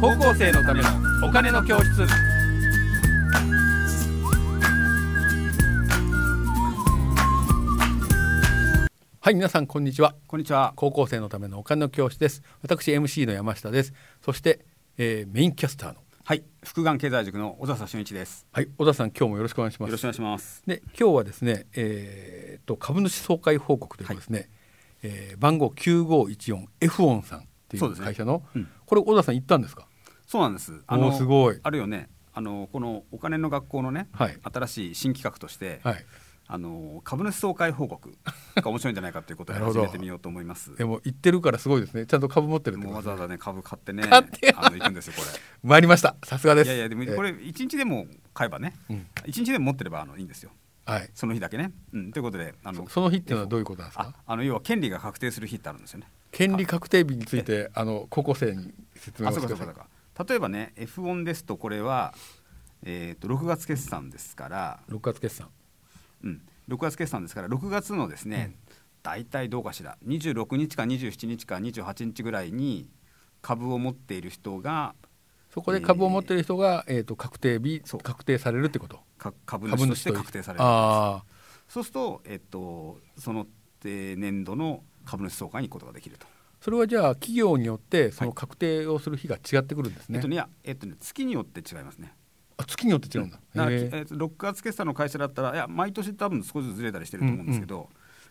高校生のためのお金の教室はい皆さんこんにちはこんにちは。高校生のためのお金の教室です私 MC の山下ですそして、えーメインキャスターのはい、福眼経済塾の小笹俊一です。はい小田さん今日もよろしくお願いしよまろしくお願すいします。で今日はですね、えー、と株主総会報告というですね、えー番号 9514F オンさんっていそうでうすね会社の、うんこれ小田さん行ったんですかそうなんです。あのすごいあるよね。あのこのお金の学校のね、はい新しい新企画として、はいあの株主総会報告が面白いんじゃないかということで なる始ほどめてみようと思います。でも行ってるからすごいですねちゃんと株持ってるってもうこわとざわざね株買ってね、買ってあの行くんですよこ 参りましたさすがでれ。すいやいやでもこれ一日でも買えばね、うん一日でも持ってればあのいいんですよ。えーはいその日だけね。うん、ということであのそその日っていうのはどういうことなんですあかあの要は権利が確定する日ってあるんですよね。権利確定日についてあの高校生に説明あをそうしてかくそだうかさいそうか例えばね F1 ですとこれは、えー、と6月決算ですから、 6月決算うん、6月決算ですから6月のですね、大体どうかしら26日か27日か28日ぐらいに株を持っている人がそこで株を持っている人が、えー、と確定日そう確定されるってことか株主として確定されるあそうすると,、えっとそのえー年度の株主総会に行くことができると。あそれはじゃあ企業によってそのはい確定をする日が違ってくるんですえね,、っとねいやえっとね、月によって違いますね。あ月によって違うんだ、だからへきええーと6月決算の会社だったらいや毎年多分少しずつずれたりしてると思うんですけど、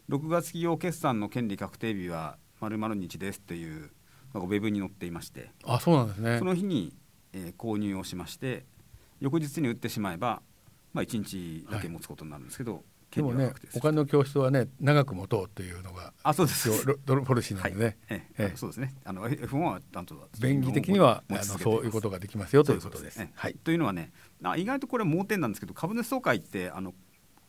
6月企業決算の権利確定日は丸々日ですというなんかウェブに載っていましてあそうなんですねその日に、えー購入をしまして翌日に売ってしまえば、まあ、1日だけ持つことになるんですけど、で権も利はね確定すおる金の教室はね長く持とうっていうのがあそうです一応 ロロポルシーなはいのでね、ええええそうですねあの F1 は担当だ便宜的にはあ持のち続けてそういうことができますよということです。そうねはい、というのはねあ意外とこれは盲点なんですけど株主総会ってあの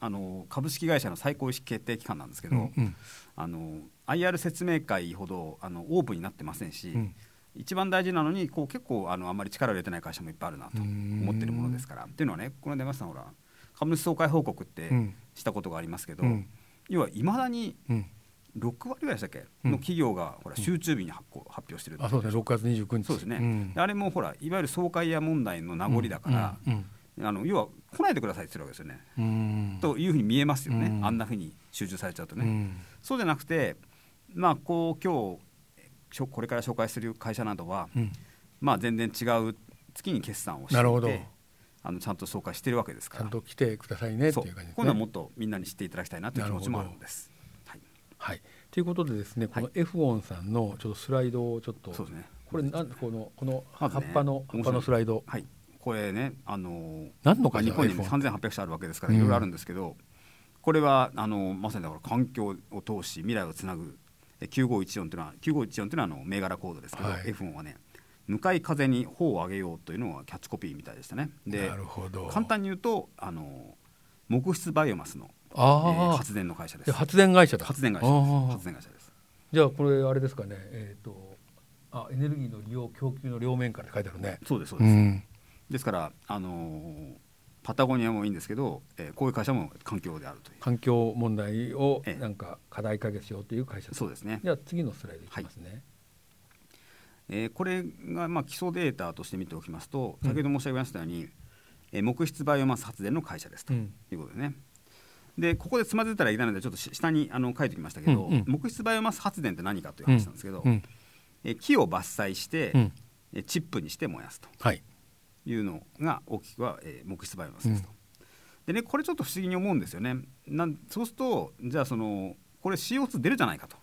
あの株式会社の最高意思決定機関なんですけど、うんうんあの IR 説明会ほどあのオープンになってませんし、うん一番大事なのにこう結構あのあんまり力を入れてない会社もいっぱいあるなと思ってるものですから。っていうのはねこの出ましたほら株主総会報告ってうんしたことがありますけど、うん要はいまだにうん、 6割ぐらいでしたっけ、うんの企業がほら集中日に発行発表してるってあそうですね6月29日そうですね、んあれもほらいわゆる総会や問題の名残だから、うんあの要は来ないでくださいって言ってるわけですよね、うんうんというふうに見えますよね、うんあんなふうに集中されちゃうとうね、んそうじゃなくてまあこう今日しょこれから紹介する会社などは、うんまあ全然違う月に決算をしていてなるほどあのちゃんと紹介してるわけですちかゃらんと来てくださいねってそういう感じです今度はねもっ。とみんなに知っていただきたいなという気持ちもあるんです。はい、はい、ということでですねこのは F オンさんのちょっとスライドをちょっと、そうですねこれなんこのこの葉まっずねぱの、葉っぱのスライド、はい、これね、あのー何の会社まあ日本に iPhone 3800社あるわけですから、うんいろいろあるんですけど、これはあのーまさにだから環境を通し、未来をつなぐ、え9514というのは、9514というのはあの銘柄コードですけど、はい F1 はね、向かい風に帆を上げようというのがキャッチコピーみたいでしたね。でなるほど簡単に言うと、あのー木質バイオマスの、えーああ、発電の会社で。です発電会社だ発電会社あです。ー発電会社です。じゃあこれあれですかねえっ、とあエネルギーの利用供給の両面からって書いてあるねそうですそううです。んですから、あのーパタゴニアもいいんですけど、えーこういう会社も環境であるという。環境問題をええなんか課題解決しようという会社だそうですねじゃあ次のスライドいきますね、えーこれがまあ基礎データとして見ておきますと先ほど申し上げましたように、えー木質バイオマス発電の会社ですとういんうことでね、でここでつまずいたらいけないのでちょっとし下にあの書いてきましたけど、うんうん木質バイオマス発電って何かという話なんですけど、うんえー木を伐採して、うんえーチップにして燃やすとはいいうのが大きくは、えー木質バイオマスですと。でねこれちょっと不思議に思うんですよね。なんそうするとじゃあそのこれ CO2 出るじゃないかと。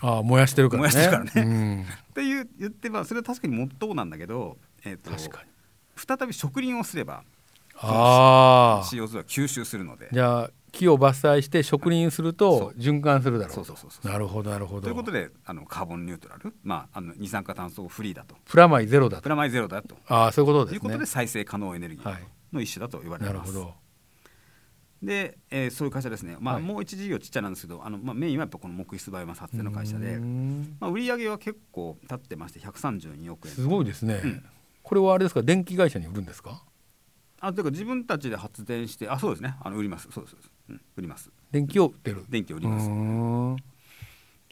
ああ燃やしてるからね燃やしてるから ね、っていう言ってばそれは確かにもっともなんだけど、えー、うとん、確かに再び植林をすればああ CO2 は吸収するので。じゃあ木を伐採して植林するそとう循環するだろうとそうそうそうそうなるほどなるほどということであのカーボンニュートラル、まあ、あの二酸化炭素フリーだとプラマイゼロだプとラマイゼロだとああそういうことですいねうことで再生可能エネルギはーいの一種だと言われなてるまほす。どで、えーそういう会社ですね、まあはいもう一事業ちっちゃなんですけどあの、まあ、メインはやっぱこの木質バイオマス発電の会社でう、んまあ、売り上げは結構立ってまして132億円すごいですね、うんこれはあれですか電気会社に売るんですかあというか自分たちで発電してあそうですねあの売りますそうですそうです、うん、売ります電気を売ってる電気を売りますうーん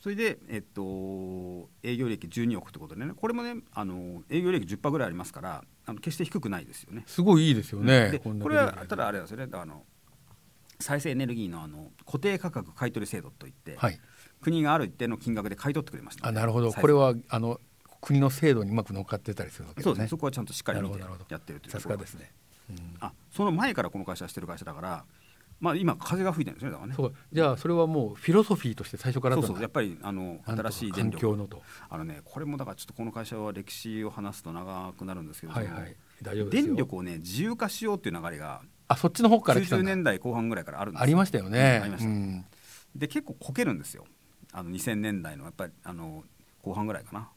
それで、えっと、営業利益12億ってことでねこれもねあの営業利益10%ぐらいありますからあの決して低くないですよね。すごいいいですよでね。んなこれはただあれなんですよねあの再生エネルギーのあの固定価格買取制度といって、はい。国がある一定の金額で買い取ってくれましたあのでなるほど。再生これはあの国の制度にうまく乗っかってたりするわけそでうですすねね。そこはちゃんとしっかり見てなるほどなるほどやってるというさとすころがですね。うんあその前からこの会社はしてる会社だから、まあ、今風が吹いてるんですねだからねそうかじゃあそれはもうフィロソフィーとして最初からそだうそうやっぱりあのなんと新かしい電環力境のと。あのねこれもだからちょっとこの会社は歴史を話すと長くなるんですけど、はいはい。大丈夫ですよ。電力をね自由化しようっていう流れがあそっちの方から来た90んだ。年代後半ぐらいからあるんですありましたよね。うんありましたうんで結構こけるんですよあの2000年代のやっぱりあの後半ぐらいかな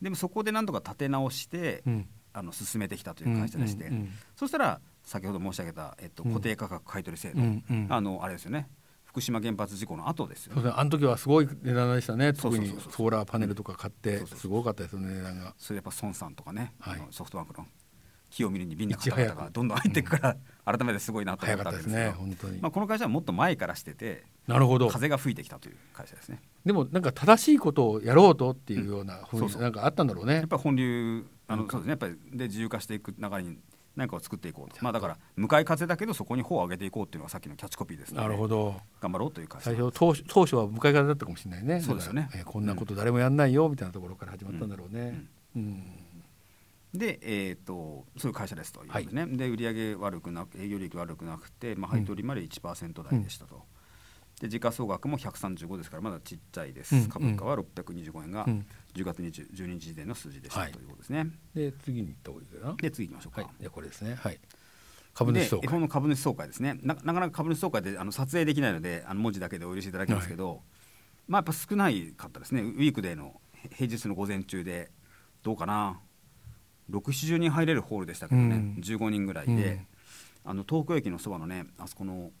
でもそこでなんとか立て直して、うんあの進めてきたという会社でして、うんうんそしたら先ほど申し上げた、えっと、うん固定価格買取制度、うんうんあのあれですよね福島原発事故の後ですよそうねですね、あの時はすごい値段でしたね、そう特そうそうにそうソーラーパネルとか買っうてん、そうそうすごかったですよね、値段が。それやっぱ孫さんとかね、はいあのソフトバンクの木を見るに瓶な方々いちが早くどんどん入っていくから、改めてすごいなと思早っかたっわたけでですすけどね、本当にま。あ、この会社はもっと前からしててなるほど、風が吹いてきたという会社ですねでもなんか正しいことをやろうとっていうようなふうそうそにうなんかあったんだろうね。やっぱり本流あのそうですねやっぱりで自由化していく流れに何かを作っていこうとまあだから向かい風だけどそこに帆を上げていこうっていうのがさっきのキャッチコピーですのでなるほど。頑張ろうという会社最初当初当初は向かい方だったかもしれないね。そうですよねだからえーこんなこと誰もやんないよみたいなところから始まったんだろうね。うん。で、えー、とそういう会社ですということでね、で売上悪くなく営業利益悪くなくて、まあ、配当利回り1%台でしたと、で時価総額も135ですからまだちっちゃいです、うん株価は625円がうん10月20 12日時点の数字でしたはいということですね、で次に行った方がいいかな。で次行きましょうか、はい。じゃあこれですね。はい。株主総で絵会。本の株主総会ですねななかなか株主総会であの撮影できないのであの文字だけでお許しいただきますけど、まあやっぱ少ないかったですねウィークデーのへ平日の午前中でどうかな670人入れるホールでしたけどね、うん15人ぐらいで、うんあの東京駅のそばのねあそこの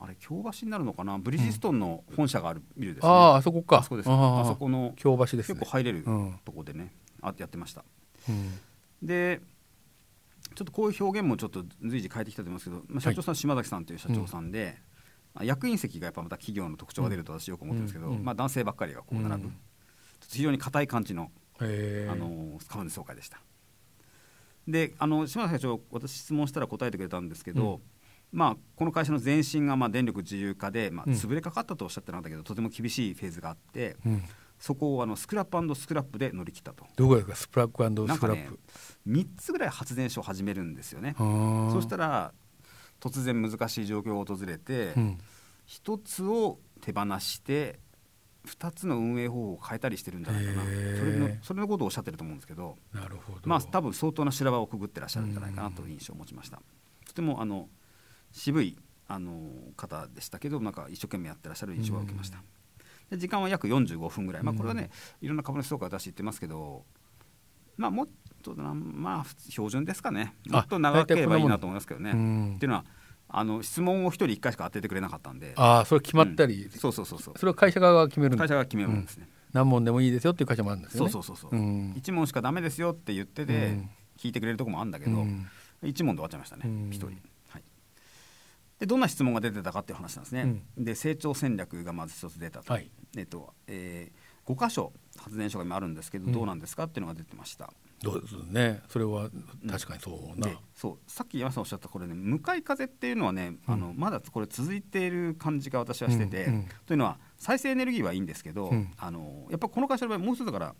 あれ京橋になるのかなブリヂストンの本社があるビルですね、あああそこか。あそこですああーそこの京橋です結ね。構入れるうんとこでね、あやってましたうんでちょっとこういう表現もちょっと随時変えてきたと思いますけど、まあ、社長さん、島崎さんという社長さんで、あ役員席がやっぱまた企業の特徴が出ると私よく思ってるんですけど、うんまあ、男性ばっかりがこう並ぶ、うんちょっと非常に硬い感じの、へーあのー株主総会でした。であの島崎社長私質問したら答えてくれたんですけど、うんまあ、この会社の前身がまあ電力自由化で、まあ、うん潰れかかったとおっしゃってなかったけど、とても厳しいフェーズがあって、うんそこをあのスクラップスクラップで乗り切ったと。どこですかスプラッグなんスかクラねップ。、 3つぐらい発電所を始めるんですよね。そそしたら、ら突然難しい状況が訪れて、うん一つを手放して二つの運営方法を変えたりしてるんじゃないかなへーそれのそれのことをおっしゃってると思うんですけどなるほど。まあ多分相当な修羅場をくぐってらっしゃるんじゃないかなという印象を持ちました。とてもあの渋いあの方でしたけどなんか一生懸命やってらっしゃる印象を受けました。で時間は約45分ぐらい、まあ、これはね、いろんな株主総会を出して言ってますけど、まあ、もっとな、まあ、普通標準ですかね、もあっと長ければいいな大体とこ思いますけどね。うんっていうのはあの、質問を1人1回しか当ててくれなかったんで、ああそれ決まったり、うんそうそうそうそう、それは会社側が決めるんだ会社が決めるんですね。何問でもいいですよっていう会社もあるんですよそうねそうそうそう、うん1問しかダメですよって言ってて、うん聞いてくれるとこもあるんだけど、うん一1問で終わっちゃいましたね、うん一人、はい、でどんな質問が出てたかっていう話なんですね、で成長戦略がまず一つ出たと、はいえっとえ5箇所発電所が今あるんですけど、うんどうなんですかっていうのが出てましたどうですねそれは確かにそう思うな、でそうさっき山下さんおっしゃったこれね向かい風っていうのはね、あのまだこれ続いている感じが私はしてて、うんうんというのは再生エネルギーはいいんですけど、うんあのやっぱこの会社の場合もう一つだから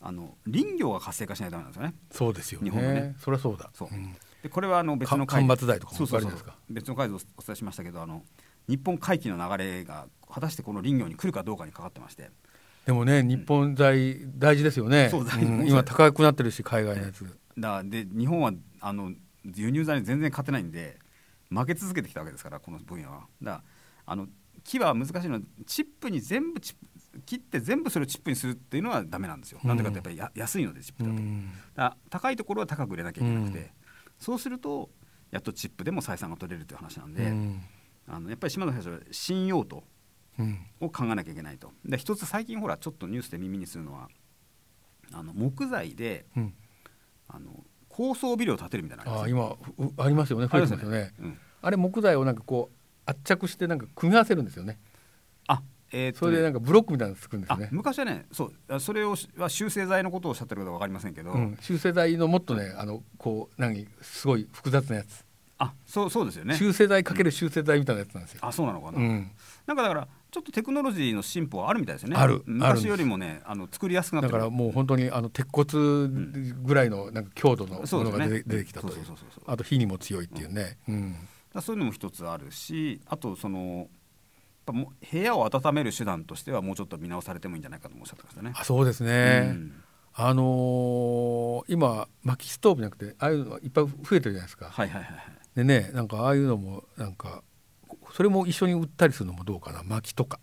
あの林業が活性化しないとダメなんですよね。そうですよね日本のねそりゃそうだそううんでこれはあの別のか間伐材とかもそうそういそうっぱいあるじゃないです別の回でお伝えしましたけどあの日本回帰の流れが果たしてこの林業に来るかどうかにかかってましてでもね日本材大事ですよね、そう大事ん今高くなってるし海外のやつ、だからで日本はあの輸入材に全然勝てないんで負け続けてきたわけですからこの分野はだからあの木は難しいのはチップに全部チップ切って全部それをチップにするっていうのはダメなんですよ、なんでかってやっぱりや安いのでチップうだと、んだから高いところは高く売れなきゃいけなくて、うんそうするとやっとチップでも採算が取れるという話なんうで、んあのやっぱり島田社長は信用とうんを考えなきゃいけないとで一つ最近ほらちょっとニュースで耳にするのはあの木材でうんあの高層ビルを建てるみたいなのああありま今うありますよねす増えてますよねうんあれ木材をなんかこう圧着してなんか組み合わせるんですよねあえーっとそれでなんかブロックみたいなのつくんであすね、昔はねそうあそれをしは修正剤のことをおっしゃってるかわかりませんけど、うん、修正剤のもっとねあのこう何すごい複雑なやつ、あそうそうですよね修正剤かける修正剤みたいなやつなんですよ、あそうなのかな、うん、なんかだからちょっとテクノロジーの進歩はあるみたいですよねあるあるんです昔よりもねあの作りやすくなってだるからもう本当にあの鉄骨ぐらいのなんか強度のもそうでのすがね出て,、出てきたというそうそうそうそうあと火にも強いっていうね、うんだからそういうのも一つあるしあとそのやっぱもう部屋を温める手段としてはもうちょっと見直されてもいいんじゃないかともおっしゃってましたね。あそうですね、うんあのー今薪ストーブじゃなくてああいうのがいっぱい増えてるじゃないですか、はいはいはいはい。でねなんかああいうのもなんかそれも一緒に売ったりするのもどうかな薪とか、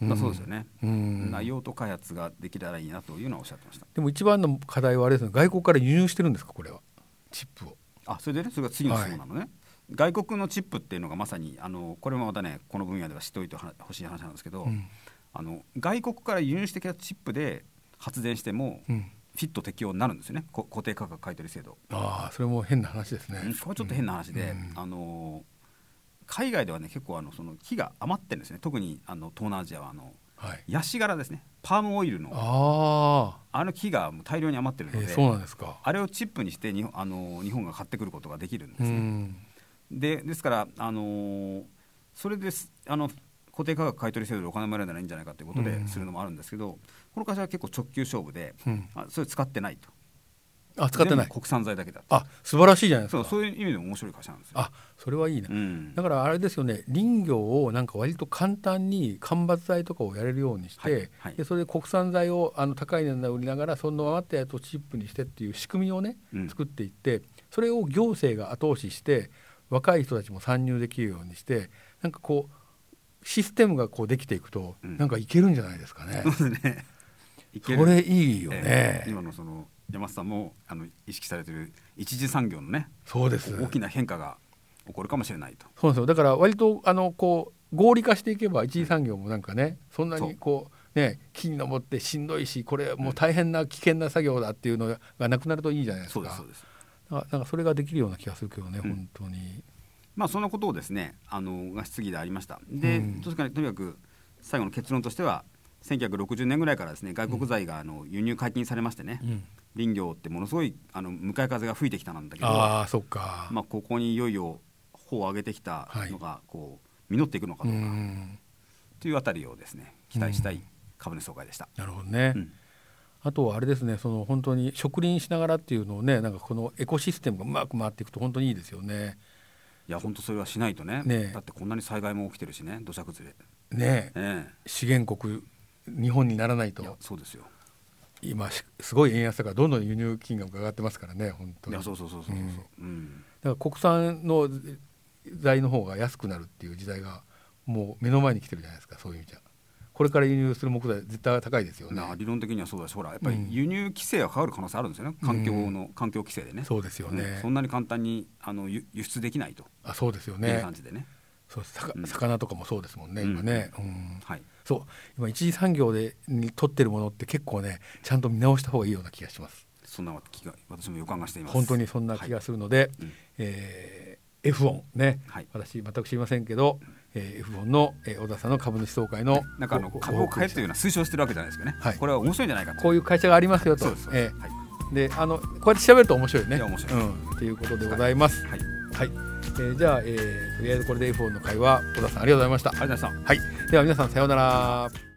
まあそうですよね。うん内容と開発ができたらいいなというのはおっしゃってました。でも一番の課題はあれですね外国から輸入してるんですかこれはチップをあそれでねそれが次の質問なのね、外国のチップっていうのがまさにあのこれもまたねこの分野では知っておいてほしい話なんですけど、うんあの外国から輸入してきたチップで発電しても、うんフィット適用になるんですよねこ固定価格買取制度、ああそれも変な話ですねうんこれちょっと変な話で、あの海外ではね結構あのその木が余ってるんですね特にあの東南アジアはあのはいヤシ殻ですねパームオイルのああの木がもう大量に余ってるあ、えので、ーそうなんですかあれをチップにして日本あの日本が買ってくることができるんですうね、んでですから、あのーそれですあの固定価格買取制度でお金もらえるならいいんじゃないかということうでんするのもあるんですけど、この会社は結構直球勝負で、うんあそれ使ってないとあ使って全ない部国産材だけだとあ素晴らしいじゃないですそかうそういう意味でも面白い会社なんですよ。あそれはいいね、うんだからあれですよね林業をなんか割と簡単に間伐材とかをやれるようにして、はいはいでそれで国産材をあの高い値段で売りながらその余ったやつをチップにしてっていう仕組みをね、うん作っていってそれを行政が後押しして若い人たちも参入できるようにしてなんかこうシステムがこうできていくと、うんなんかいけるんじゃないですかね。そうですね いそけるれいいよね、ええ今のその山下さんもあの意識されてる一次産業のねそうです大きな変化が起こるかもしれないと。そうなんですよだから割とあのこう合理化していけば一次産業もなんかねそんなそうにこうね木に登ってしんどいしこれもう大変な危険な作業だっていうのがなくなるといいじゃないですそうかですそうですなんかなんかそれができるような気がするけどね、うん本当にまあ、そんなことをですねあのが質疑でありました。で、うんとにかくとにかく最後の結論としては1960年ぐらいからですね外国材があの輸入解禁されましてね、林業ってものすごいあの向かい風が吹いてきたなんだけどああそっか、まあ、ここにいよいよ帆を上げてきたのがこう実っていくのかうどうか、んというあたりをですね期待したい株主総会でした。なるほどね、うんあとはあれですねその本当に植林しながらっていうのをねなんかこのエコシステムがうまく回っていくと本当にいいですよねいや本当それはしないとねねえだってこんなに災害も起きてるしね土砂崩れ、ねえええ資源国日本にならないといやそうですよ今しすごい円安だからどんどん輸入金額が上がってますからね本当いにやそうそうそうそうそう、うんだから国産の材の方が安くなるっていう時代がもう目の前に来てるじゃないですかそういう意味じゃこれから輸入する木材絶対高いですよねな理論的にはそうだしほらやっぱりうん輸入規制がかかる可能性あるんですよね環境の、環境規制でねそうですよねそんなに簡単にあの輸輸出できないとあそうですよいうね感じでねそうさかうん魚とかもそうですもんね、今ね、うんはいそう今一次産業でに取ってるものって結構ねちゃんと見直した方がいいような気がしますそんな気が私も予感がしています本当にそんな気がするので、うんえー F 音ね、はい私全く知りませんけど、えー F 音の、えー小田さんの株主総会のなんかあのご株を買えというご報告でしような推奨してるわけじゃないですかね、はいこれは面白いんじゃないかたとこういう会社がありますよとそうですそうでえす、はいーであのこうやって調べると面白いねいや面白いうん、っていうことでございまはすい、ありがとうはい、えーじゃあ、えーとりあえずこれで F 音の会は小田さんありがとうございましたございましたはいでは皆さんさようなら